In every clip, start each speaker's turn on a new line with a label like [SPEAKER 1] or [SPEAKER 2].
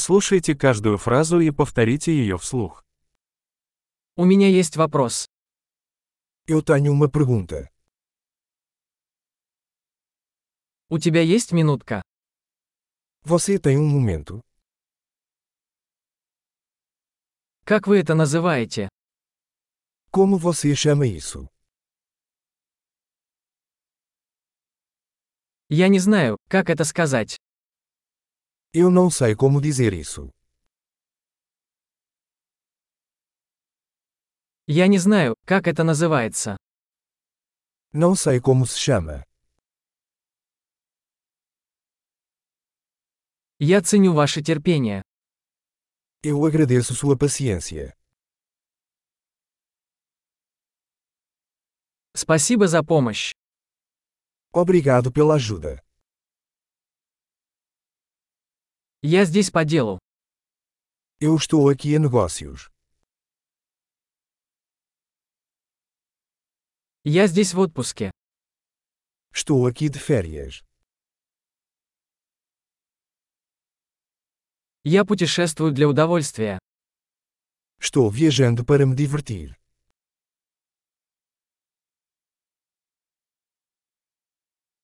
[SPEAKER 1] Прослушайте каждую фразу и повторите ее вслух.
[SPEAKER 2] У меня есть вопрос.
[SPEAKER 3] Eu tenho uma pergunta.
[SPEAKER 2] У тебя есть минутка?
[SPEAKER 3] Você tem um momento?
[SPEAKER 2] Как вы это называете?
[SPEAKER 3] Como você chama isso?
[SPEAKER 2] Я не знаю, как это сказать.
[SPEAKER 3] Eu não sei como dizer isso.
[SPEAKER 2] Я не знаю, как это называется.
[SPEAKER 3] Não sei como se chama.
[SPEAKER 2] Я ценю ваше терпение.
[SPEAKER 3] Eu agradeço sua paciência.
[SPEAKER 2] Спасибо за помощь.
[SPEAKER 3] Obrigado pela ajuda.
[SPEAKER 2] Я здесь по делу.
[SPEAKER 3] Eu estou aqui a negócios.
[SPEAKER 2] Я здесь в отпуске.
[SPEAKER 3] Estou aqui de férias.
[SPEAKER 2] Я путешествую для удовольствия.
[SPEAKER 3] Estou viajando para me divertir.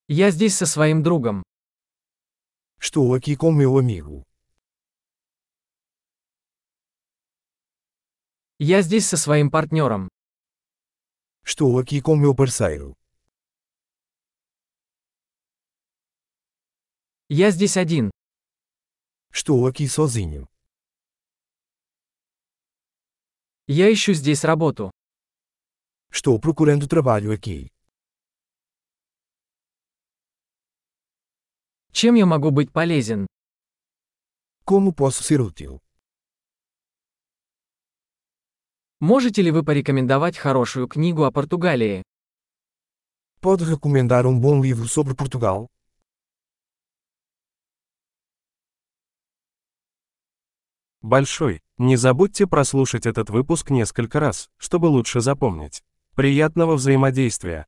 [SPEAKER 2] Я здесь со своим другом.
[SPEAKER 3] Estou aqui com meu amigo.
[SPEAKER 2] Я здесь со своим партнером.
[SPEAKER 3] Estou aqui com meu parceiro.
[SPEAKER 2] Я здесь один.
[SPEAKER 3] Estou aqui sozinho.
[SPEAKER 2] Я ищу здесь работу.
[SPEAKER 3] Estou procurando trabalho aqui.
[SPEAKER 2] Чем я могу быть полезен?
[SPEAKER 3] Como posso ser útil?
[SPEAKER 2] Можете ли вы порекомендовать хорошую книгу о Португалии?
[SPEAKER 3] Pode recomendar um bom livro sobre Portugal?
[SPEAKER 1] Большой. Не забудьте прослушать этот выпуск несколько раз, чтобы лучше запомнить. Приятного взаимодействия!